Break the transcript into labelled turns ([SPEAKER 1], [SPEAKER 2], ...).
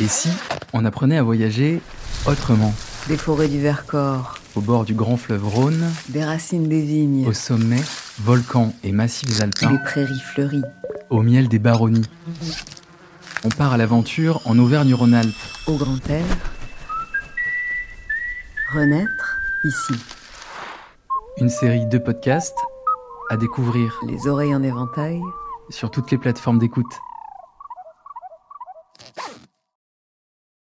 [SPEAKER 1] Et si on apprenait à voyager autrement
[SPEAKER 2] Des forêts du Vercors,
[SPEAKER 1] Au bord du grand fleuve Rhône,
[SPEAKER 2] des racines des vignes,
[SPEAKER 1] au sommet, volcans et massifs
[SPEAKER 2] des
[SPEAKER 1] alpins,
[SPEAKER 2] prairies fleuries,
[SPEAKER 1] au miel des baronnies. On part à l'aventure en Auvergne-Rhône-Alpes.
[SPEAKER 2] au grand air. Renaître ici,
[SPEAKER 1] Une série de podcasts à découvrir
[SPEAKER 2] les oreilles en éventail.
[SPEAKER 1] sur toutes les plateformes d'écoute.